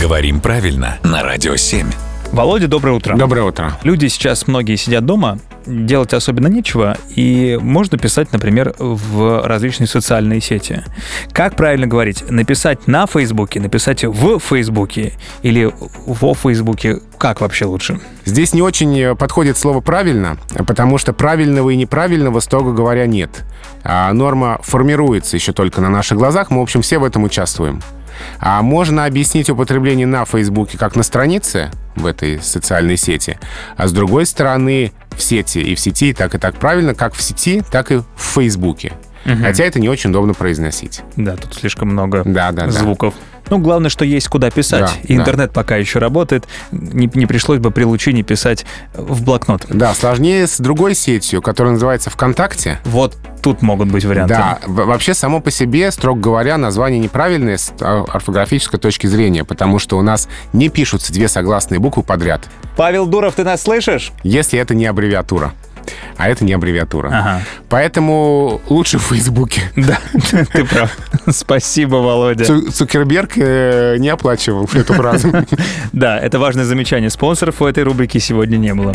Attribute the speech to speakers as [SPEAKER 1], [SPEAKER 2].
[SPEAKER 1] Говорим правильно на Радио 7.
[SPEAKER 2] Володя, доброе утро.
[SPEAKER 3] Доброе утро.
[SPEAKER 2] Люди сейчас многие сидят дома, делать особенно нечего, и можно писать, например, в различные социальные сети. Как правильно говорить? Написать на Фейсбуке, написать в Фейсбуке или во Фейсбуке? Как вообще лучше?
[SPEAKER 3] Здесь не очень э, подходит слово «правильно», потому что правильного и неправильного, строго говоря, нет. А норма формируется еще только на наших глазах, мы, в общем, все в этом участвуем. А можно объяснить употребление на Фейсбуке как на странице в этой социальной сети, а с другой стороны в сети и в сети и так и так правильно, как в сети, так и в Фейсбуке. Хотя это не очень удобно произносить.
[SPEAKER 2] Да, тут слишком много
[SPEAKER 3] Да, да, да.
[SPEAKER 2] звуков. Ну, главное, что есть куда писать.
[SPEAKER 3] Да,
[SPEAKER 2] И Интернет пока еще работает. Не, не пришлось бы при лучине писать в блокнот.
[SPEAKER 3] Да, сложнее с другой сетью, которая называется ВКонтакте.
[SPEAKER 2] Вот тут могут быть варианты.
[SPEAKER 3] Да, в- вообще само по себе, строго говоря, название неправильное с а, орфографической точки зрения, потому что у нас не пишутся две согласные буквы подряд,
[SPEAKER 2] Павел Дуров, ты нас слышишь?
[SPEAKER 3] если это не аббревиатура. А это не аббревиатура.
[SPEAKER 2] Ага.
[SPEAKER 3] Поэтому лучше в Фейсбуке.
[SPEAKER 2] Да, ты прав. Спасибо, Володя.
[SPEAKER 3] Цу- Цукерберг э, не оплачивал эту фразу.
[SPEAKER 2] Да, это важное замечание. Спонсоров у этой рубрики сегодня не было.